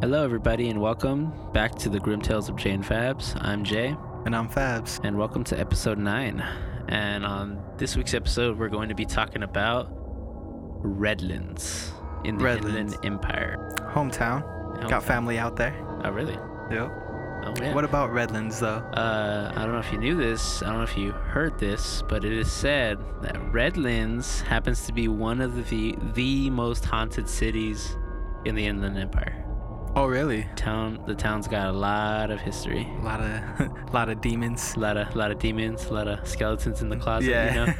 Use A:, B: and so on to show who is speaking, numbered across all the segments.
A: Hello, everybody, and welcome back to the Grim Tales of Jane Fabs. I'm Jay,
B: And I'm Fabs.
A: and welcome to episode 9. And on this week's episode, we're going to be talking about Redlands in the
B: Redlands.
A: Inland Empire.
B: Hometown. Got family out there.
A: Oh, really?
B: Yep.
A: Oh, yeah.
B: What about Redlands though?
A: Uh, I don't know if you knew this. I don't know if you heard this, but it is said that Redlands happens to be one of the the most haunted cities in the Inland Empire.
B: Oh really?
A: Town, the town's got a lot of history,
B: A lot of lot of demons.
A: a lot of lot of demons, a lot of skeletons in the closet. You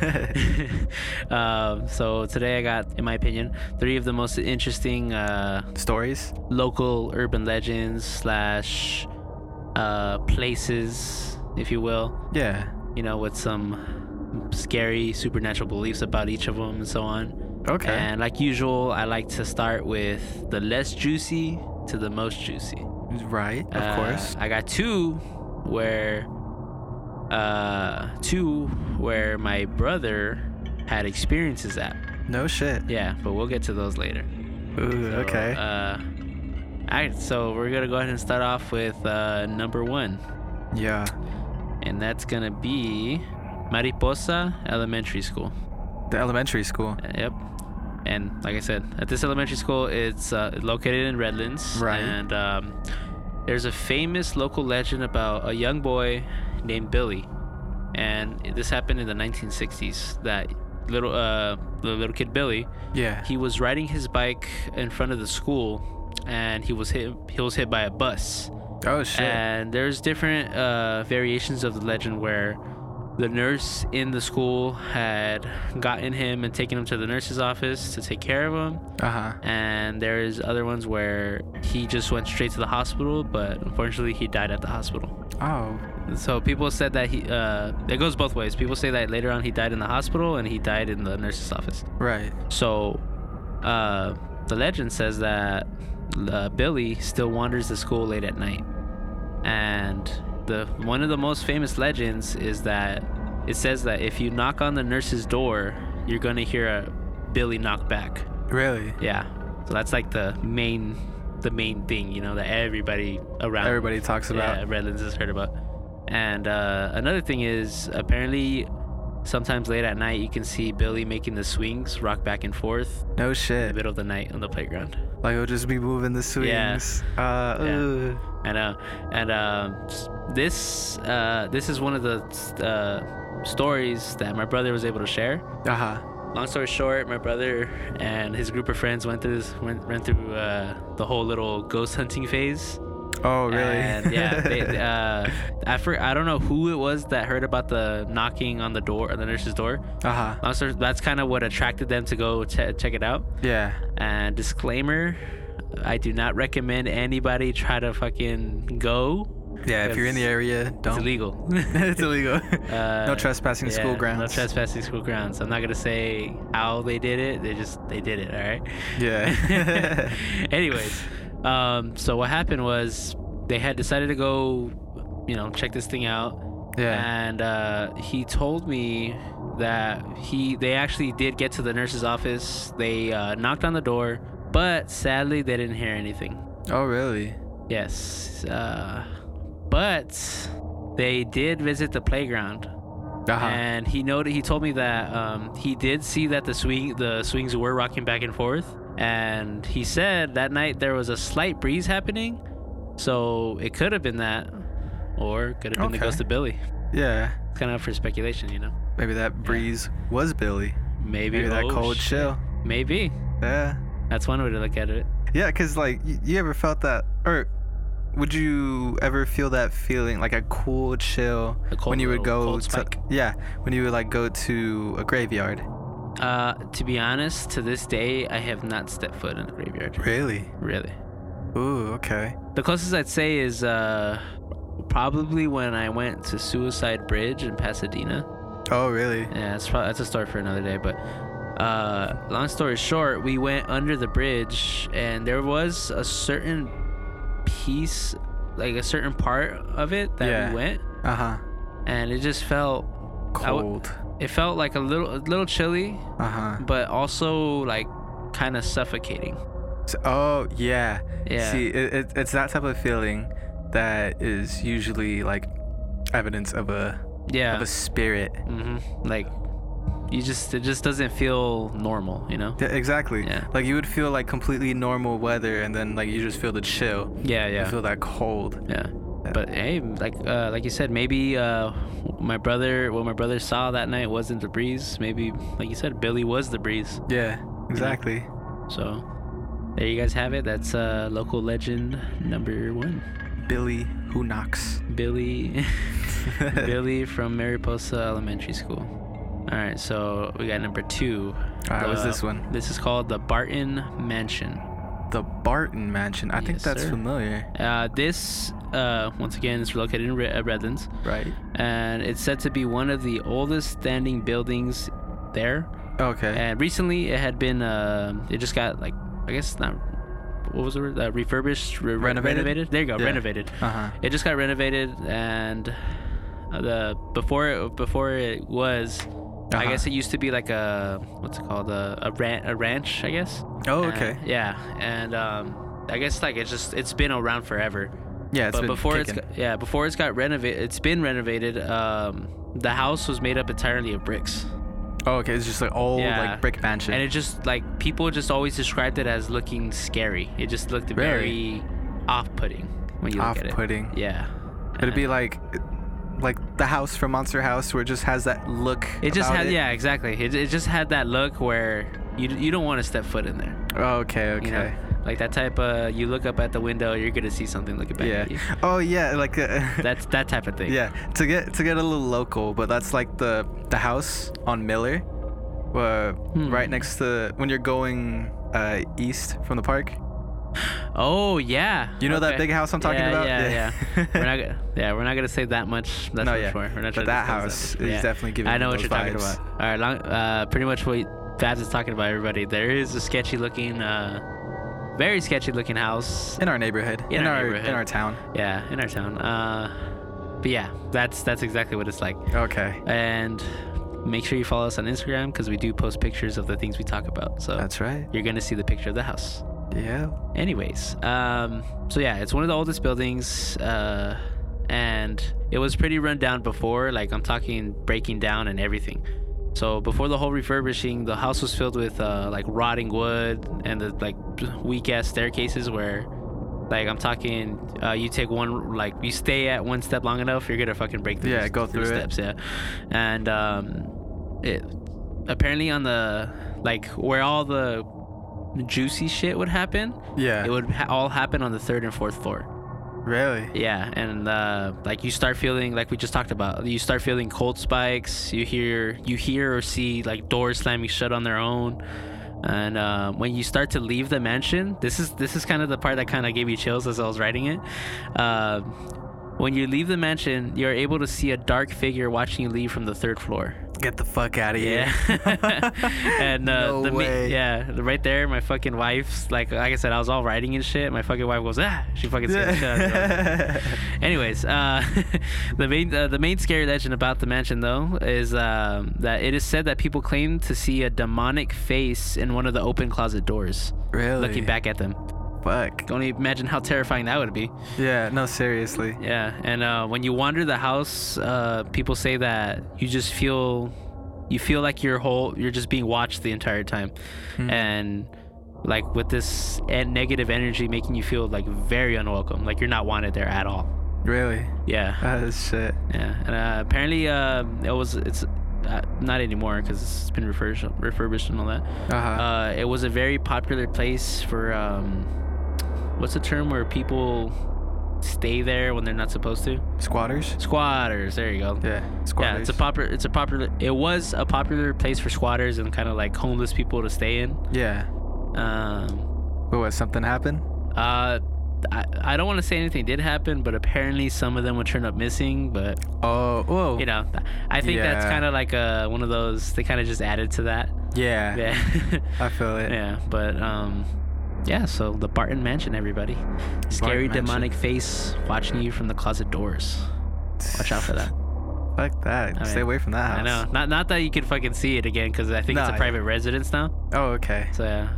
A: know. um, so today I got, in my opinion, three of the most interesting uh,
B: Stories.
A: local urban legends slash uh, places, if you will.
B: Yeah.
A: you know, with some scary supernatural beliefs about each of them and so on.
B: Okay.
A: And like usual, I like to start with the less juicy to the most juicy.
B: right. Of
A: Uh,
B: course.
A: I got two where uh two where my brother had experiences at.
B: No shit.
A: Yeah, but we'll get to those later.
B: Ooh.
A: So,
B: okay.
A: Uh all right, so we're gonna go ahead and start off with uh, number one,
B: yeah.
A: and that's gonna be Mariposa Elementary School.
B: The elementary school.
A: Yep. And like I said, at this elementary school, it's uh, located in Redlands.
B: Right.
A: And um, there's a famous local legend about a young boy named Billy, and this happened in the 1960s. That little uh, the little kid Billy,
B: Yeah.
A: he was riding his bike in front of the school, and he was hit. He was hit by a bus.
B: Oh shit.
A: And there's different uh, variations of the legend where the nurse in the school had gotten him and taken him to the nurse's office to take care of him.
B: Uh huh.
A: And there's other ones where he just went straight to the hospital, but unfortunately he died at the hospital.
B: Oh.
A: So people said that he, uh, it goes both ways. People say that later on he died in the hospital and he died in the nurse's office.
B: Right.
A: So, uh, the legend says that uh, Billy still wanders the school late at night, and the one of the most famous legends is that it says that if you knock on the nurse's door, you're gonna hear a Billy knock back.
B: Really.
A: Yeah, so that's like the main, the main thing you know that everybody around
B: Everybody talks
A: yeah,
B: about.
A: Redlands is heard about. And uh, another thing is apparently sometimes late at night you can see Billy making the swings rock back and forth
B: No
A: in the
B: shit.
A: middle of the night on the playground.
B: Like it'll just be moving the
A: Yeah.
B: swings. Uh.
A: Yeah.
B: ooh.
A: And uh, and um, s- this uh, this is one of the uh, stories that my brother was able to share.
B: Uh huh.
A: Long story short, my brother and his group of friends went through this, went, went through uh, the whole little ghost hunting phase.
B: Oh really?
A: And, yeah. They, they, uh, I for, I don't know who it was that heard about the knocking on the door, the nurse's door.
B: uh huh.
A: Also, that's kind of what attracted them to go che check it out.
B: Yeah.
A: And disclaimer, I do not recommend anybody try to fucking go.
B: Yeah, if you're in the
A: It's-
B: area,
A: It's
B: don't.
A: illegal.
B: it's illegal.
A: Uh,
B: no trespassing
A: yeah,
B: school grounds.
A: No trespassing school grounds. I'm not gonna say how they did it. They just they did it. All right.
B: yeah.
A: Anyways, um, so what happened was they had decided to go, you know, check this thing out,
B: yeah.
A: and uh, he told me that he they actually did get to the nurse's office. They uh, knocked on the door, but sadly they didn't hear anything.
B: Oh, really?
A: Yes, uh, but they did visit the playground.
B: Uh-huh.
A: And he noted, he told me that um, he did see that the swing, the swings were rocking back and forth. And he said that night there was a slight breeze happening, so it could have been that, or could have been the
B: Okay.
A: ghost of Billy.
B: Yeah.
A: It's kind of up for speculation, you know.
B: Maybe that breeze was Billy.
A: Maybe,
B: Maybe that
A: oh,
B: cold
A: sh-
B: chill.
A: Maybe
B: Yeah.
A: that's one way to look at it.
B: Yeah, cause like y- you ever felt that, or would you ever feel that feeling like a cool chill
A: A cold
B: when you would
A: little-
B: go
A: cold
B: to?
A: spike.
B: Yeah, when you would like go to a graveyard.
A: Uh, to be honest, to this day I have not stepped foot in the graveyard.
B: Really?
A: Really.
B: Ooh. Okay.
A: The closest I'd say is uh, probably when I went to Suicide Bridge in Pasadena.
B: Oh, really?
A: Yeah, that's, probably, that's a story for another day. But uh, long story short, we went under the bridge, and there was a certain piece, like a certain part of it that
B: Yeah.
A: we went,
B: Uh huh.
A: and it just felt I would-
B: Cold.
A: it felt like a little a little chilly,
B: Uh huh.
A: but also like kind of suffocating.
B: So, oh yeah.
A: Yeah.
B: See, it, it, it's that type of feeling that is usually like evidence of a of
A: yeah.
B: a spirit.
A: hmm Like, you just it just doesn't feel normal, you know?
B: Yeah, exactly.
A: Yeah.
B: Like you would feel like completely normal weather, and then like you just feel the chill.
A: Yeah,
B: You
A: yeah,
B: feel that cold.
A: yeah. But hey, like uh, like you said, maybe uh, my brother, what my brother saw that night wasn't the breeze. Maybe, like you said, Billy was the breeze.
B: Yeah.
A: Mm-hmm.
B: Exactly.
A: So there you guys have it. That's uh, local legend number one,
B: Billy who knocks.
A: Billy, Billy from Mariposa Elementary School. All right, so we got number two.
B: All right, what's
A: The-
B: this one?
A: This is called the Barton Mansion.
B: The Barton Mansion. I think
A: Yes,
B: that's
A: sir.
B: familiar.
A: Uh, this, uh, once again, is located in Re- uh, Redlands,
B: Right.
A: and it's said to be one of the oldest standing buildings there.
B: Okay.
A: And recently, it had been, uh, it just got like, I guess not, what was the word? Uh, refurbished, re-
B: Renovated?
A: renovated. There you go,
B: Yeah.
A: renovated.
B: Uh huh.
A: It just got renovated, and uh, the before it, before it was, I
B: Uh-huh.
A: guess it used to be like a what's it called a a, ran- a ranch, I guess.
B: Oh,
A: And-
B: okay.
A: yeah, and um, I guess like it's just it's been around forever.
B: Yeah. It's
A: but
B: been
A: before
B: kicking.
A: it's got, yeah before it's got renovated, it's been renovated. Um, the house was made up entirely of bricks,
B: Oh, okay. It's just like old
A: Yeah.
B: like brick mansion.
A: and it just like people just always described it as looking scary. It just looked
B: Really?
A: very off-putting when you look at it.
B: Off-putting.
A: Yeah.
B: It'd be
A: And
B: like, like the house from Monster House, where it just has that look.
A: it just had
B: about it.
A: yeah exactly. It, it just had that look where you you don't want to step foot in there.
B: Oh, Okay. Okay.
A: You know, like that type of you look up at the window, you're gonna see something looking back
B: yeah.
A: at you.
B: Oh yeah. Like. Uh,
A: That's that type of thing.
B: yeah. To get to get a little local, but that's like the the house on Miller, uh, right
A: Hmm.
B: next to when you're going uh, east from the park.
A: Oh yeah.
B: You know that
A: Okay.
B: big house I'm talking
A: Yeah,
B: about?
A: Yeah, yeah. we're not gonna, yeah, we're not gonna say that much. That's
B: no,
A: much
B: yeah.
A: more. We're not
B: but
A: trying to
B: that
A: disclose
B: house
A: that.
B: is
A: Yeah.
B: definitely giving.
A: I know
B: me
A: what
B: those
A: you're talking
B: vibes.
A: about. All right, long, uh, pretty much what Babs is talking about, everybody. There is a sketchy looking, uh, very sketchy looking house.
B: In our neighborhood.
A: In our
B: in
A: neighborhood.
B: our town.
A: Yeah, in our town. Uh, but yeah, that's that's exactly what it's like.
B: Okay.
A: And make sure you follow us on Instagram because we do post pictures of the things we talk about. So
B: That's right.
A: you're gonna see the picture of the house.
B: Yeah.
A: Anyways, um, so yeah, it's one of the oldest buildings, uh, and it was pretty run down before. Like I'm talking breaking down and everything. So before the whole refurbishing, the house was filled with uh, like rotting wood and the like weak ass staircases where, like I'm talking, uh, you take one like you stay at one step long enough, you're gonna fucking break through.
B: Yeah,
A: the-
B: go through it.
A: steps. Yeah, and um, it apparently on the like where all the juicy shit would happen
B: Yeah.
A: it would ha- all happen on the third and fourth floor.
B: really.
A: Yeah, and uh, like you start feeling, like we just talked about, you start feeling cold spikes. You hear, you hear or see like doors slamming shut on their own. And uh, when you start to leave the mansion, this is this is kind of the part that kind of gave you chills as I was writing it. Uh, when you leave the mansion, you're able to see a dark figure watching you leave from the third floor.
B: Get the fuck out of here.
A: Yeah. and uh,
B: No
A: the me-
B: way.
A: yeah, the- right there, my fucking wife's like, like I said, I was all writing and shit. My fucking wife goes, ah, she fucking scared the shit out of me. Anyways, uh, the main uh, the main scary legend about the mansion though is um, that it is said that people claim to see a demonic face in one of the open closet doors,
B: really?
A: looking back at them.
B: Fuck.
A: Can only imagine how terrifying that would be.
B: Yeah, no, seriously.
A: Yeah, and uh, when you wander the house, uh, people say that you just feel, you feel like your whole, you're just being watched the entire time,
B: Hmm.
A: and like with this and negative energy making you feel like very unwelcome, like you're not wanted there at all.
B: Really?
A: Yeah,
B: That is shit.
A: yeah, and uh, apparently uh, it was it's uh, not anymore because it's been refurbished, refurbished and all that.
B: Uh-huh.
A: Uh, it was a very popular place for um, what's the term where people stay there when they're not supposed to?
B: Squatters?
A: Squatters. There you go.
B: Yeah,
A: Uh, Yeah,
B: squatters.
A: it's a popular. It's a popular. It was a popular place for squatters and kind of like homeless people to stay in.
B: Yeah.
A: Um,
B: But what, something happened?
A: uh, I, I don't want to say anything did happen, but apparently some of them would turn up missing. But
B: Oh, whoa.
A: you know, I think that's
B: Yeah.
A: kind of like uh one of those. They kind of just added to that.
B: yeah,
A: Yeah.
B: I feel it.
A: Yeah, but um, yeah. So the Barton Mansion, everybody. Scary
B: Mansion.
A: demonic face watching you from the closet doors. Watch out for that.
B: Fuck that.
A: I
B: Stay
A: mean,
B: away from that house.
A: I know. Not not that you can fucking see it again, because I think it's
B: Nah,
A: a private residence now.
B: Oh, okay.
A: So yeah.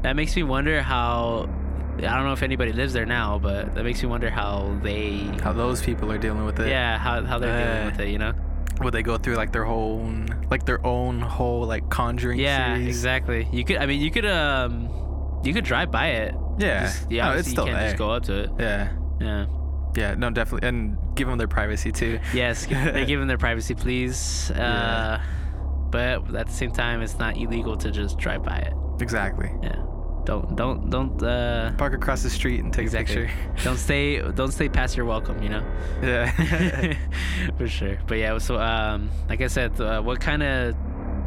A: That makes me wonder how. I don't know if anybody lives there now, but that makes me wonder how they.
B: How those people are dealing with it.
A: Yeah, how, how they're
B: Uh,
A: dealing with it, you know?
B: Would they go through like their whole, like their own whole like conjuring
A: Yeah,
B: series?
A: exactly. You could, I mean, you could, um, you could drive by it.
B: Yeah.
A: Just- yeah, obviously
B: No, Eh. Oh, it's
A: you
B: still
A: can't
B: there.
A: just go up to it.
B: yeah.
A: Yeah.
B: Yeah. No, definitely. And give them their privacy too.
A: Yes, g- they give them their privacy, please. Uh,
B: Yeah.
A: But at the same time, it's not illegal to just drive by it.
B: Exactly.
A: Yeah. Don't, don't, don't, uh,
B: Park across the street and take a
A: exactly.
B: picture.
A: don't stay, don't stay past your welcome, you know?
B: Yeah.
A: for sure but yeah so um like i said uh, what kind of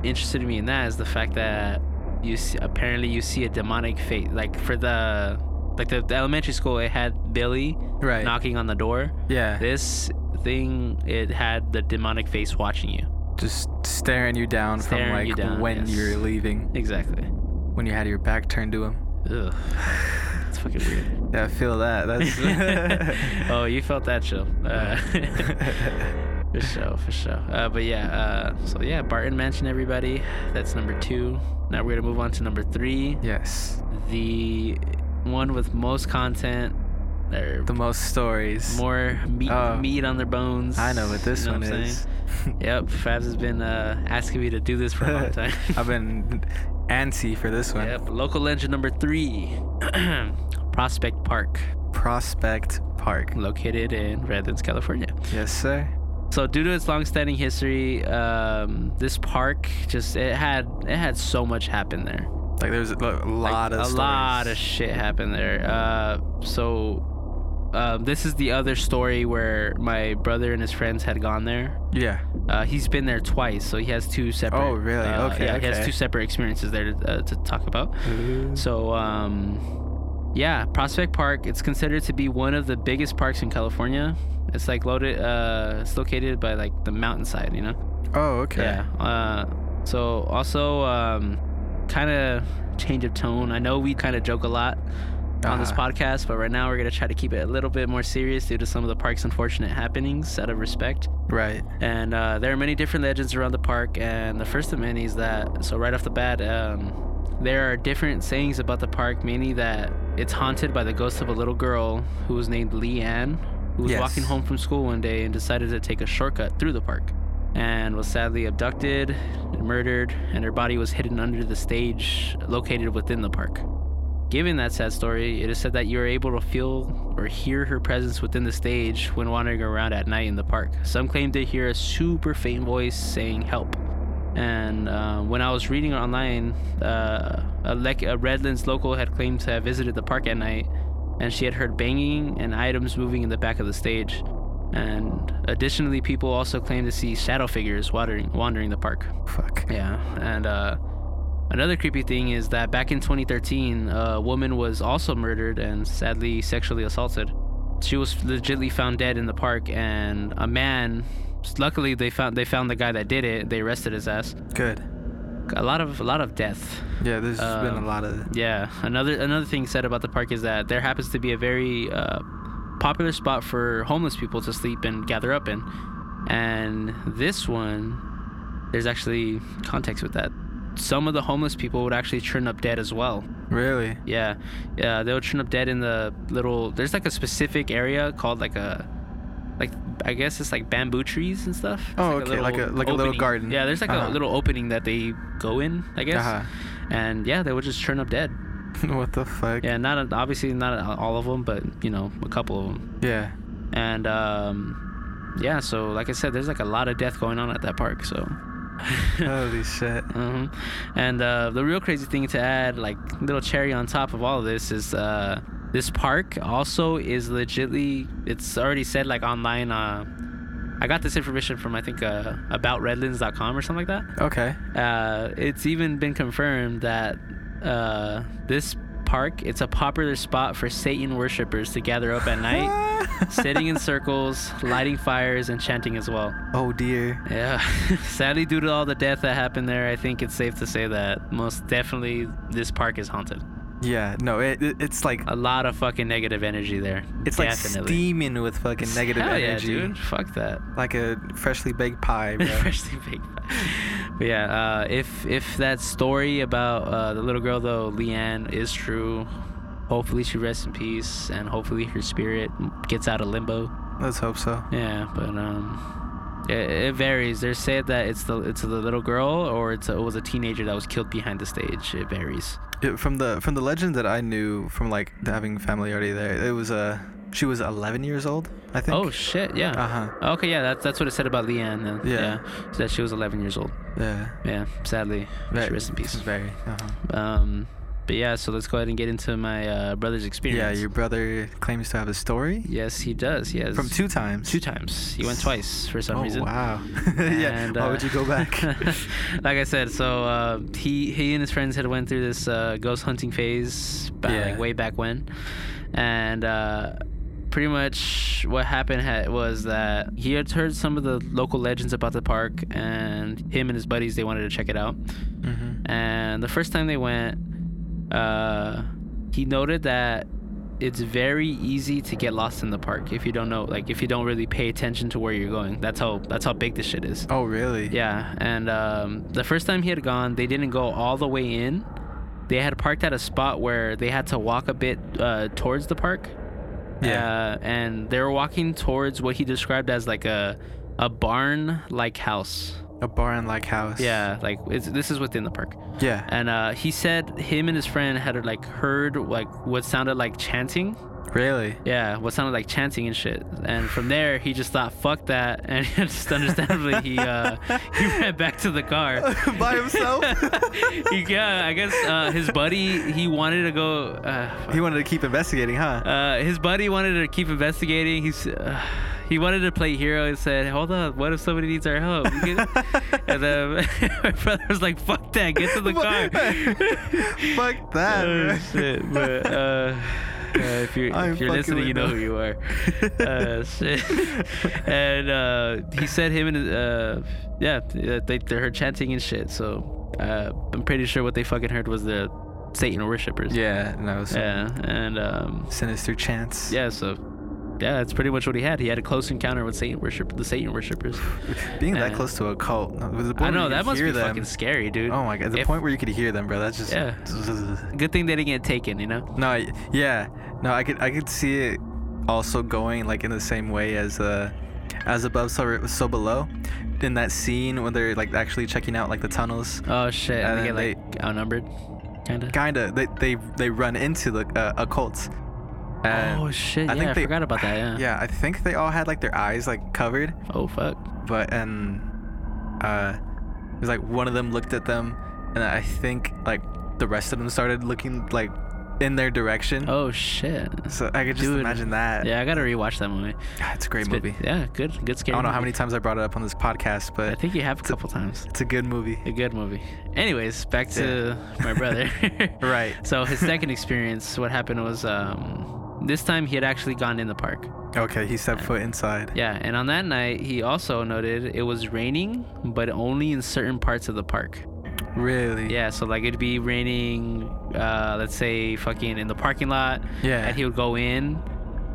A: interested me in that is the fact that you see, apparently you see a demonic face like for the like the, the elementary school it had billy
B: right.
A: knocking on the door
B: yeah.
A: this thing it had the demonic face watching you
B: Just staring you down
A: Staring
B: from like
A: you down,
B: when
A: yes.
B: you're leaving,
A: exactly
B: when you had your back turned to him.
A: Ugh. that's fucking weird
B: Yeah, I feel that. That's. Oh.
A: oh you felt that chill uh, For sure, for sure. Uh, but yeah, uh, so yeah, Barton Mansion, everybody. That's number two. Now we're gonna move on to number three,
B: yes.
A: the one with most content, or
B: The most stories.
A: more meat,
B: Oh.
A: meat on their bones.
B: I know what this
A: you know
B: one
A: I'm saying?
B: is.
A: Yep, Fabs has been uh, asking me to do this for a long time.
B: I've been antsy for this one.
A: yep, local legend number three, Prospect Park,
B: Prospect Park.
A: located in Redlands, California.
B: Yes, sir.
A: So due to its long-standing history, um, this park just it had it had so much happen there.
B: Like there's a lo-
A: Like,
B: lot of
A: a
B: stories.
A: lot of shit happened there. Uh, so um, this is the other story where my brother and his friends had gone there.
B: yeah.
A: Uh, he's been there twice, so he has two separate.
B: Oh, really?
A: uh,
B: Okay,
A: Yeah, he has
B: okay.
A: two separate experiences there to, uh, to talk about. So, um, yeah, Prospect Park. It's considered to be one of the biggest parks in California. It's like loaded. Uh, it's located by like the mountainside, you know.
B: Oh, okay.
A: Yeah. Uh, so also, um, kind of change of tone. I know we kind of joke a lot on this
B: Uh-huh.
A: podcast, but right now we're gonna try to keep it a little bit more serious due to some of the park's unfortunate happenings, out of respect.
B: Right.
A: And uh, there are many different legends around the park, and the first of many is that, so right off the bat, um, there are different sayings about the park, mainly that it's haunted by the ghost of a little girl who was named Leanne, who was
B: Yes.
A: walking home from school one day and decided to take a shortcut through the park, and was sadly abducted, and murdered, and her body was hidden under the stage located within the park. Given that sad story, it is said that you are able to feel or hear her presence within the stage when wandering around at night in the park. Some claim to hear a super faint voice saying "help." And uh, when I was reading online, uh, a, lec- a Redlands local had claimed to have visited the park at night, and she had heard banging and items moving in the back of the stage. And additionally, people also claimed to see shadow figures wandering, wandering the park.
B: Fuck.
A: Yeah, and uh, another creepy thing is that back in 2013, a woman was also murdered and sadly sexually assaulted. She was legitly found dead in the park, and a man. Luckily, they found they found the guy that did it. They arrested his ass.
B: Good.
A: A lot of a lot of death.
B: Yeah, There's been
A: Um,
B: a lot of
A: Yeah. Another another thing said about the park is that there happens to be a very uh, popular spot for homeless people to sleep and gather up in. And this one, there's actually context with that. Some of the homeless people would actually turn up dead as well.
B: really.
A: Yeah, yeah, they would turn up dead in the little. There's like a specific area called like a, like I guess it's like bamboo trees and stuff. It's
B: Oh, okay, like a- like a little
A: opening.
B: garden.
A: Yeah, there's like
B: Uh-huh.
A: a little opening that they go in, I guess.
B: Uh-huh.
A: And yeah, they would just turn up dead.
B: what the fuck?
A: Yeah, not obviously not all of them, but you know a couple of them.
B: Yeah.
A: And um, yeah, so like I said, there's like a lot of death going on at that park. So.
B: Holy shit.
A: hmm And uh, the real crazy thing to add, like little cherry on top of all of this, is uh, this park also is legitly. It's already said like online. Uh, I got this information from I think uh, aboutredlands.com or something like that
B: Okay.
A: uh, it's even been confirmed that uh, this park it's a popular spot for satan worshippers to gather up at night sitting in circles lighting fires and chanting as well
B: oh dear.
A: yeah sadly due to all the death that happened there i think it's safe to say that most definitely this park is haunted
B: Yeah. No. It, it it's like
A: a lot of fucking negative energy there
B: it's like
A: Uh, definitely
B: steaming with fucking negative
A: Hell
B: energy.
A: yeah, dude. fuck that
B: Like a freshly baked pie, bro.
A: freshly baked pie. But yeah, uh, if if that story about uh, the little girl though, Leanne, is true, hopefully she rests in peace, and hopefully her spirit gets out of limbo.
B: Let's hope so.
A: Yeah, but um, it, it varies. They're said that it's the it's the little girl or it's a, it was a teenager that was killed behind the stage. It varies.
B: Yeah, from the from the legend that I knew from like having family already there, it was uh, she was 11 years old, I think.
A: Oh shit! Yeah.
B: Uh huh.
A: Okay, yeah, that's that's what it said about Leanne. Then.
B: Yeah.
A: So that she was 11 years old.
B: Yeah.
A: Yeah. Sadly,
B: Very-
A: rest in peace.
B: Very. Uh-huh.
A: Um, but yeah, so let's go ahead and get into my uh, brother's
B: Yeah,
A: experience.
B: your brother claims to have a story
A: Yes, he does. He has
B: from two times.
A: two times. He went twice for some
B: oh,
A: reason.
B: wow. yeah.
A: And,
B: Why
A: uh,
B: would you go back?
A: like I said, so uh, he he and his friends had went through this uh, ghost hunting phase back,
B: Yeah.
A: like way back when, and uh, pretty much what happened ha- was that he had heard some of the local legends about the park, and him and his buddies they wanted to check it out.
B: mm-hmm.
A: And the first time they went, uh, he noted that it's very easy to get lost in the park if you don't know, like if you don't really pay attention to where you're going. That's how that's how big this shit is.
B: Oh, really?
A: Yeah, and um, the first time he had gone, they didn't go all the way in. They had parked at a spot where they had to walk a bit uh, towards the park.
B: Yeah.
A: Uh, and they were walking towards what he described as like a a barn like house.
B: a barn like house.
A: Yeah, like it's, this is within the park.
B: Yeah.
A: And uh, he said him and his friend had like heard like what sounded like chanting.
B: Really?
A: Yeah, what sounded like chanting and shit. And from there, he just thought, "Fuck that!" And just understandably, he uh, he ran back to the car.
B: By himself?
A: He- yeah, I guess uh, his buddy he wanted to go. Uh,
B: he wanted to keep investigating, huh?
A: uh, his buddy wanted to keep investigating. He's uh, he wanted to play hero and said, "Hold up, what if somebody needs our help?" You can-" and then my brother was like, "Fuck that, get to the car."
B: Fuck that.
A: oh
B: bro.
A: shit! But uh, uh, if you're
B: I'm
A: if you're
B: fucking
A: listening, you
B: with
A: know
B: you.
A: who you are. Uh, shit. and uh, he said him and uh, yeah, they they heard chanting and shit. So uh, I'm pretty sure what they fucking heard was the Satan worshippers.
B: yeah, no. Some
A: Yeah, and um,
B: Sinister chance.
A: yeah, so yeah, that's pretty much what he had. He had a close encounter with Satan worship, the Satan worshippers.
B: Being that
A: Uh,
B: close to a cult. with The
A: I
B: point
A: know
B: where you
A: that
B: could
A: must
B: hear
A: be
B: them,
A: fucking scary, dude.
B: Oh my god, the
A: If-
B: point where you could hear them, bro. That's just.
A: Yeah. Good thing they didn't get taken, you know.
B: No, I- yeah, no, I could I could see it also going like in the same way as uh as above so, so below in that scene when they're like actually checking out like the tunnels.
A: Oh shit! And
B: And
A: they get
B: then
A: like outnumbered, kinda.
B: Kinda, they they they run into the uh, a cult. And
A: oh shit!
B: I
A: yeah,
B: think
A: I
B: they-
A: forgot about that. Yeah.
B: yeah, I think they all had like their eyes like covered,
A: Oh fuck.
B: but and uh, it was like one of them looked at them, and I think like the rest of them started looking like in their direction.
A: Oh shit.
B: So I could just
A: Dude.
B: imagine that.
A: Yeah, I gotta rewatch that movie. It's
B: it's a great
A: good-
B: movie.
A: Yeah, good, good
B: I
A: scary.
B: don't know how
A: movie.
B: many times I brought it up on this podcast,
A: I
B: but
A: think you have a couple times.
B: it's a good movie.
A: A good movie. Anyways, back to my brother.
B: Right.
A: So his second experience, what happened was um, this time he had actually gone in the park.
B: Okay, he stepped foot inside.
A: Yeah, and on that night he also noted it was raining, but only in certain parts of the park.
B: Really?
A: Yeah, so like it'd be raining, uh, let's say fucking in the parking lot.
B: Yeah.
A: And he would go in,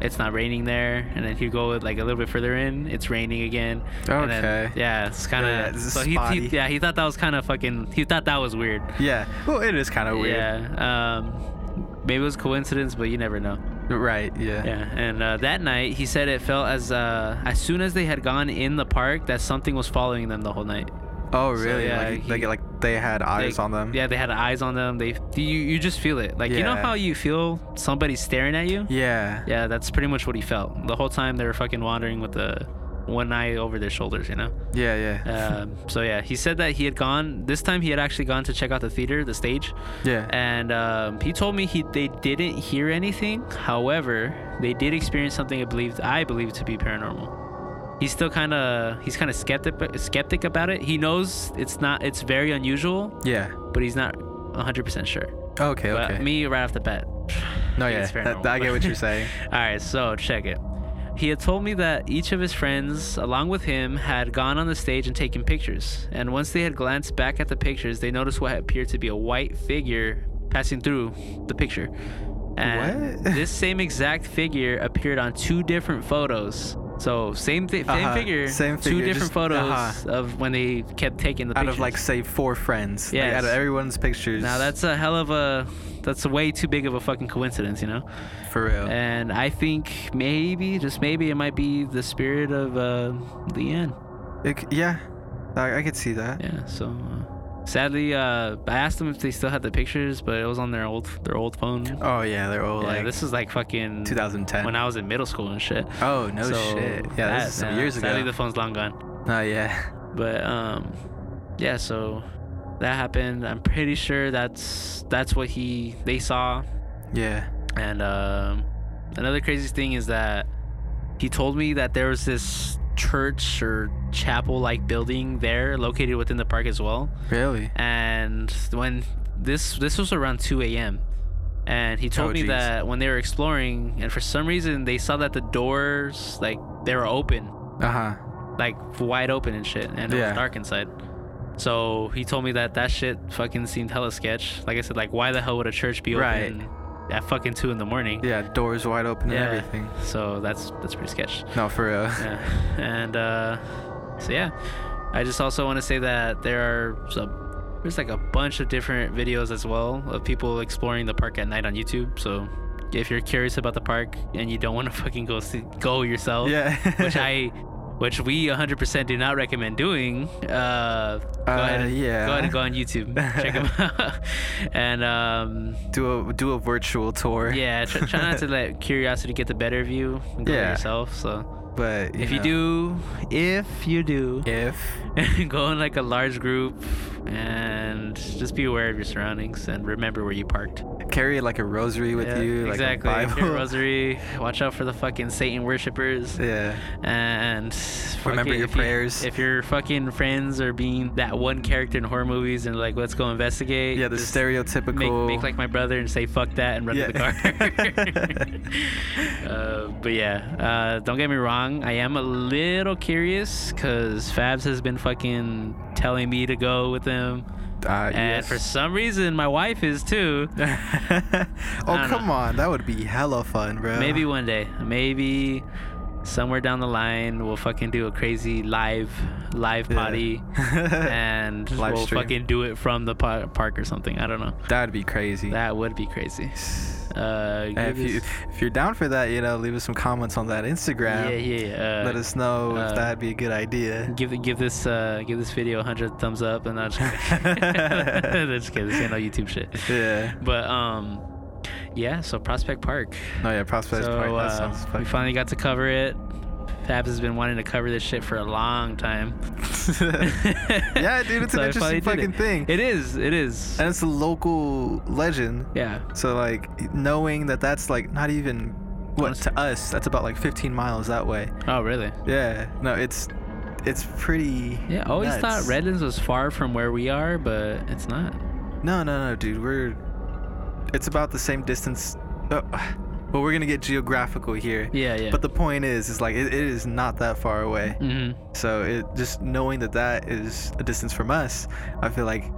A: it's not raining there, and then he'd go like a little bit further in, it's raining again. and then-
B: Okay.
A: yeah, it's kind
B: Yeah,
A: of.
B: this is
A: so he,
B: spotty.
A: he, yeah, he thought that was kind of fucking. He thought that was weird.
B: Yeah. Well, it is kind of weird.
A: Yeah. Um, maybe it was coincidence, but you never know.
B: Right. Yeah.
A: Yeah, and uh, that night he said it felt as uh, as soon as they had gone in the park that something was following them the whole night.
B: Oh, really?
A: yeah,
B: like, they
A: he-
B: get like they had eyes
A: They-
B: on them.
A: Yeah, they had eyes on them. They you you just feel it. Like you know
B: Yeah.
A: how you feel somebody staring at you.
B: Yeah.
A: Yeah, that's pretty much what he felt the whole time. They were fucking wandering with the one eye over their shoulders, you know.
B: Yeah. Yeah. Yeah.
A: Um, so yeah, he said that he had gone. This time he had actually gone to check out the theater, the stage, Uh, and um, he told me he they didn't hear anything. However, they did experience something I believed I believe to be paranormal. He's still kind of he's kind of skeptic skeptic about it. He knows it's not it's very unusual,
B: yeah.
A: but he's not 100% sure.
B: Okay.
A: But
B: Okay.
A: me right off the bat.
B: no.
A: think
B: Yeah.
A: it's
B: That,
A: paranormal,
B: I get
A: but-
B: what you're saying.
A: All right, so check it. He had told me that each of his friends, along with him, had gone on the stage and taken pictures. And once they had glanced back at the pictures, they noticed what appeared to be a white figure passing through the picture. And
B: What?
A: this same exact figure appeared on two different photos. So same thing, same
B: Uh-huh,
A: figure,
B: same
A: two
B: figure,
A: different
B: just-
A: photos
B: uh-huh.
A: of when they kept taking the
B: out
A: pictures.
B: of like say four friends. Yeah.
A: Yes.
B: out of everyone's pictures.
A: now that's a hell of a, that's way too big of a fucking coincidence, you know.
B: for real.
A: And I think maybe, just maybe, it might be the spirit of uh, the end.
B: It c- yeah, I, I could see that.
A: Yeah. So uh, sadly, uh, I asked them if they still had the pictures, but it was on their old their old phone.
B: Oh yeah, they're all
A: yeah,
B: like
A: this is like fucking
B: 2010.
A: when I was in middle school and shit.
B: oh no
A: So
B: shit. Yeah,
A: that-
B: this is some
A: yeah,
B: years
A: Sadly,
B: ago.
A: the phone's long gone.
B: oh yeah.
A: But um, yeah. So that happened. I'm pretty sure that's that's what he they saw.
B: Yeah.
A: And um, another crazy thing is that he told me that there was this church or chapel like building there located within the park as well.
B: Really?
A: And when this this was around 2 a.m. And he told
B: Oh,
A: me
B: geez.
A: that when they were exploring, and for some reason they saw that the doors like they were open,
B: Uh huh.
A: like wide open and shit, and it
B: Yeah.
A: was dark inside. So he told me that that shit fucking seemed hella sketch. Like I said, like why the hell would a church be
B: Right.
A: open at fucking two in the morning?
B: Yeah, doors wide open
A: Yeah.
B: and everything.
A: So that's that's pretty sketch.
B: No, for real.
A: Yeah. and uh, so yeah, I just also want to say that there are some, there's like a bunch of different videos as well of people exploring the park at night on YouTube. So if you're curious about the park and you don't want to fucking go see, go yourself,
B: Yeah.
A: which I which we 100% do not recommend doing, uh, go
B: Uh,
A: ahead and
B: yeah.
A: go ahead and go on YouTube, check them out, and um,
B: do a do a virtual tour.
A: yeah, try, try not to let curiosity get the better of you and go
B: Yeah.
A: yourself. So
B: But
A: if you do, if you do,
B: do, if
A: go in like a large group and just be aware of your surroundings and remember where you parked.
B: carry like a rosary with
A: Yeah,
B: you, like
A: exactly.
B: a
A: Carry
B: Bible.
A: a rosary. Watch out for the fucking Satan worshippers.
B: Yeah.
A: And
B: Remember
A: fucking-
B: your
A: if you-
B: prayers.
A: if your fucking friends are being that one character in horror movies and like, let's go investigate.
B: Yeah, the
A: just
B: stereotypical.
A: Make, make like my brother and say fuck that and run to the car.
B: Yeah.
A: uh, but yeah, uh, don't get me wrong. I am a little curious because Fabs has been fucking telling me to go with him,
B: uh,
A: and
B: yes.
A: for some reason my wife is too.
B: oh
A: don't
B: come
A: know.
B: on, that would be hella fun, bro.
A: Maybe one day. Maybe somewhere down the line we'll fucking do a crazy live live
B: Yeah.
A: potty and
B: Live
A: we'll
B: stream.
A: fucking do it from the par- park or something. I don't know.
B: That'd be crazy.
A: That would be crazy. Uh,
B: And
A: give
B: if you
A: us-
B: if you're down for that, you know, leave us some comments on that
A: yeah,
B: Instagram.
A: yeah, yeah. Uh,
B: Let us know
A: uh,
B: if that'd be a good idea.
A: give give this uh, give this video a hundred thumbs up and I'm just kidding. just kidding. This ain't no YouTube shit.
B: Yeah.
A: But um, yeah. So Prospect Park.
B: No, Oh, yeah, Prospect
A: so
B: Park. That
A: uh,
B: sounds
A: we finally got to cover it. Fabs has been wanting to cover this shit for a long time.
B: fucking. yeah, dude, it's
A: So
B: an
A: I finally
B: interesting
A: did
B: fucking
A: it.
B: thing,
A: It is. It is.
B: and it's a local legend.
A: yeah.
B: So like knowing that that's like not even what
A: Honestly.
B: to us that's about like 15 miles that way.
A: Oh, really?
B: Yeah. No, it's it's pretty.
A: Yeah. I Always
B: nuts.
A: thought Redlands was far from where we are, but it's not.
B: No, no, no, dude. We're it's about the same distance. Oh, well, we're gonna get geographical here.
A: Yeah. Yeah.
B: But the point is, is like it, it is not that far away.
A: hmm
B: So it just knowing that that is a distance from us, I feel like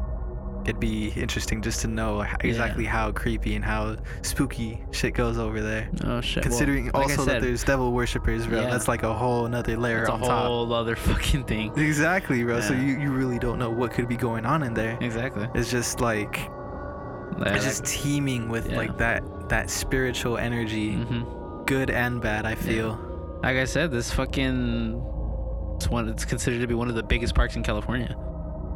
B: it'd be interesting just to know h-
A: Yeah.
B: exactly how creepy and how spooky shit goes over there.
A: Oh shit. Well,
B: Considering
A: like I
B: also that
A: said,
B: there's devil worshippers, bro,
A: Yeah.
B: that's like a whole another layer
A: that's a
B: on top.
A: whole other fucking thing.
B: Exactly, bro. So
A: Yeah.
B: you, you really don't know what could be going on in there.
A: Exactly.
B: It's just like
A: Like-
B: it's just teeming with
A: yeah.
B: like that that spiritual energy,
A: Mhm.
B: good and bad. I feel.
A: Like I said, this fucking it's one it's considered to be one of the biggest parks in California.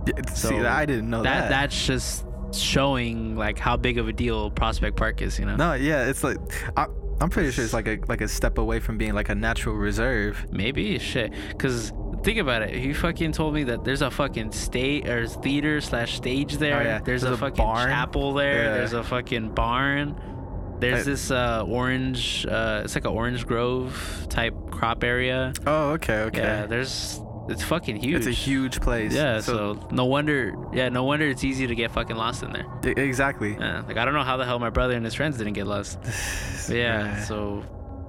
B: Yeah. See,
A: So
B: I didn't know
A: that
B: that.
A: that's just showing like how big of a deal Prospect Park is, you know.
B: No, yeah, it's like I, I'm pretty sure it's like a like a step away from being like a natural reserve.
A: Maybe shit. Cause think about it. He fucking told me that there's a fucking state or theater slash stage there.
B: Oh, yeah.
A: There's, a,
B: There's a
A: fucking
B: barn.
A: chapel there.
B: Yeah.
A: There's a fucking barn. There's
B: I-
A: this uh, orange. Uh, it's like an orange grove type crop area.
B: Oh, okay, okay.
A: Yeah. There's. It's fucking huge.
B: It's a huge place.
A: Yeah, so, no wonder. Yeah, no wonder it's easy to get fucking lost in there.
B: e- exactly.
A: Yeah, like I don't know how the hell my brother and his friends didn't get lost. But yeah,
B: Yeah.
A: so,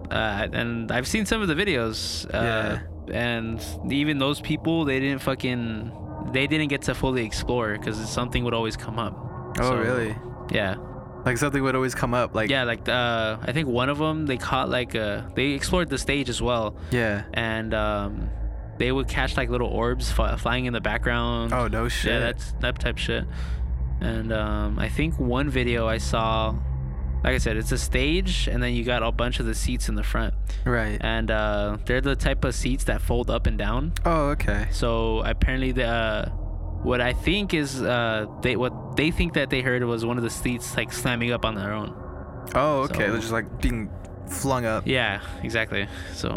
A: uh, and I've seen some of the videos. Uh, And even those people, they didn't fucking, they didn't get to fully explore because something would always come up.
B: Oh,
A: So,
B: really?
A: Yeah.
B: Like something would always come up. Like
A: yeah, like uh, I think one of them they caught like a they explored the stage as well,
B: yeah.
A: and um, they would catch like little orbs fly flying in the background.
B: Oh no shit.
A: Yeah, that's that type shit. And um, I think one video I saw, like I said, it's a stage, and then you got a bunch of the seats in the front,
B: right.
A: and uh, they're the type of seats that fold up and down.
B: Oh okay.
A: So apparently the uh, what I think is uh, they what they think that they heard was one of the seats like slamming up on their own.
B: Oh okay.
A: So-
B: They're just like being flung up.
A: Yeah, exactly. So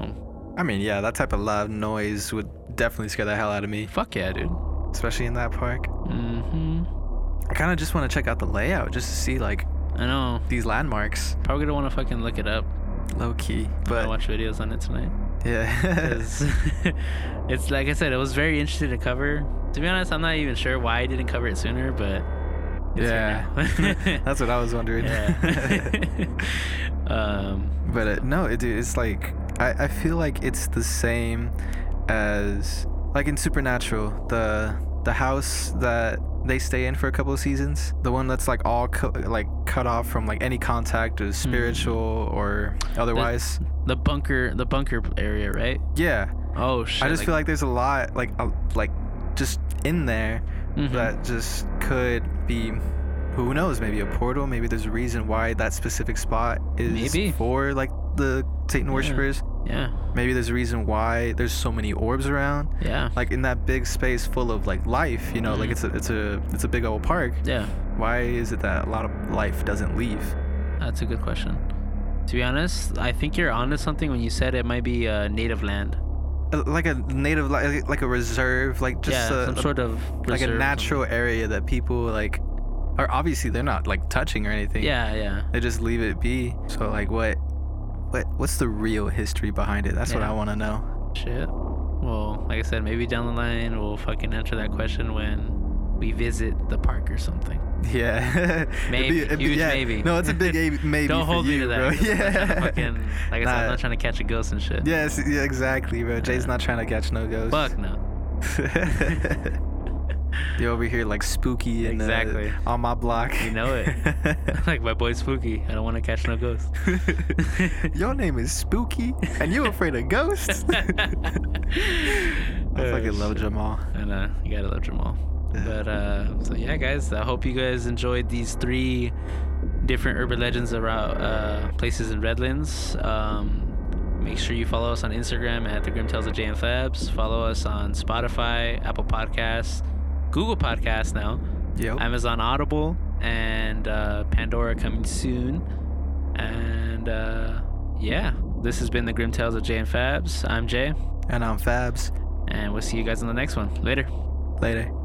B: I mean, yeah, that type of loud noise would definitely scare the hell out of me,
A: fuck yeah, dude.
B: especially in that park.
A: hmm
B: I kind of just want to check out the layout just to see like
A: I know.
B: these landmarks,
A: Probably gonna want to fucking look it up.
B: low key.
A: But I
B: But
A: watch videos on it tonight.
B: yeah,
A: 'Cause it's like I said, it was very interesting to cover. To be honest, I'm not even sure why I didn't cover it sooner, but it's
B: yeah,
A: here now.
B: that's what I was wondering.
A: yeah. um,
B: But uh, no, it, dude, it's like I, I feel like it's the same as like in Supernatural, the the house that they stay in for a couple of seasons, the one that's like all co- like cut off from like any contact with spiritual or otherwise.
A: the bunker, the bunker area, right?
B: yeah,
A: Oh shit!
B: I just feel like there's a lot like a, like just in there
A: Mhm.
B: that just could be who knows maybe a portal maybe there's a reason why that specific spot is
A: Maybe.
B: for like the satan worshippers
A: yeah,
B: maybe there's a reason why there's so many orbs around
A: yeah,
B: like in that big space full of like life you know like
A: Mhm.
B: it's a it's a it's a big old park
A: yeah.
B: why is it that a lot of life doesn't leave
A: That's a good question. To be honest, I think you're onto something when you said it might be uh, native land.
B: Uh, like a native li- like a reserve like just
A: yeah,
B: a,
A: some
B: a
A: sort of
B: like a
A: reserve or
B: natural area that people like are obviously they're not like touching or anything.
A: something. Yeah, yeah.
B: They just leave it be. So like what what what's the real history behind it? That's what
A: Yeah.
B: I wanna know.
A: Shit. Well, like I said, maybe down the line we'll fucking answer that question when we visit the park or something.
B: Yeah. It'd
A: Maybe.
B: it'd
A: Huge maybe.
B: No, it's a big a- maybe.
A: Don't
B: for
A: hold
B: you,
A: me to that.
B: Bro.
A: 'cause I'm not trying to
B: Yeah.
A: fucking, like I said, I'm
B: Nah.
A: not trying to catch a ghost and shit.
B: Yes, yeah, exactly, bro. Jay's not trying to catch no ghosts.
A: Fuck no.
B: You're over here like spooky and uh,
A: Exactly.
B: on my block.
A: You know it. like my boy Spooky, I don't want to catch no ghost.
B: Your name is Spooky, and you afraid of ghosts? I
A: Oh,
B: fucking love
A: shit.
B: Jamal.
A: And uh, you gotta love Jamal.
B: Yeah.
A: But uh, so yeah, guys, I hope you guys enjoyed these three different urban legends around uh, places in Redlands. Um, make sure you follow us on Instagram at the Grim Tales of Jay and Fabs. Follow us on Spotify, Apple Podcasts, Google Podcasts now,
B: Yo.
A: Amazon Audible, and uh, Pandora coming soon. And uh, yeah, this has been the Grim Tales of Jay and Fabs. I'm Jay,
B: and I'm Fabs.
A: and we'll see you guys in the next one. Later.
B: Later.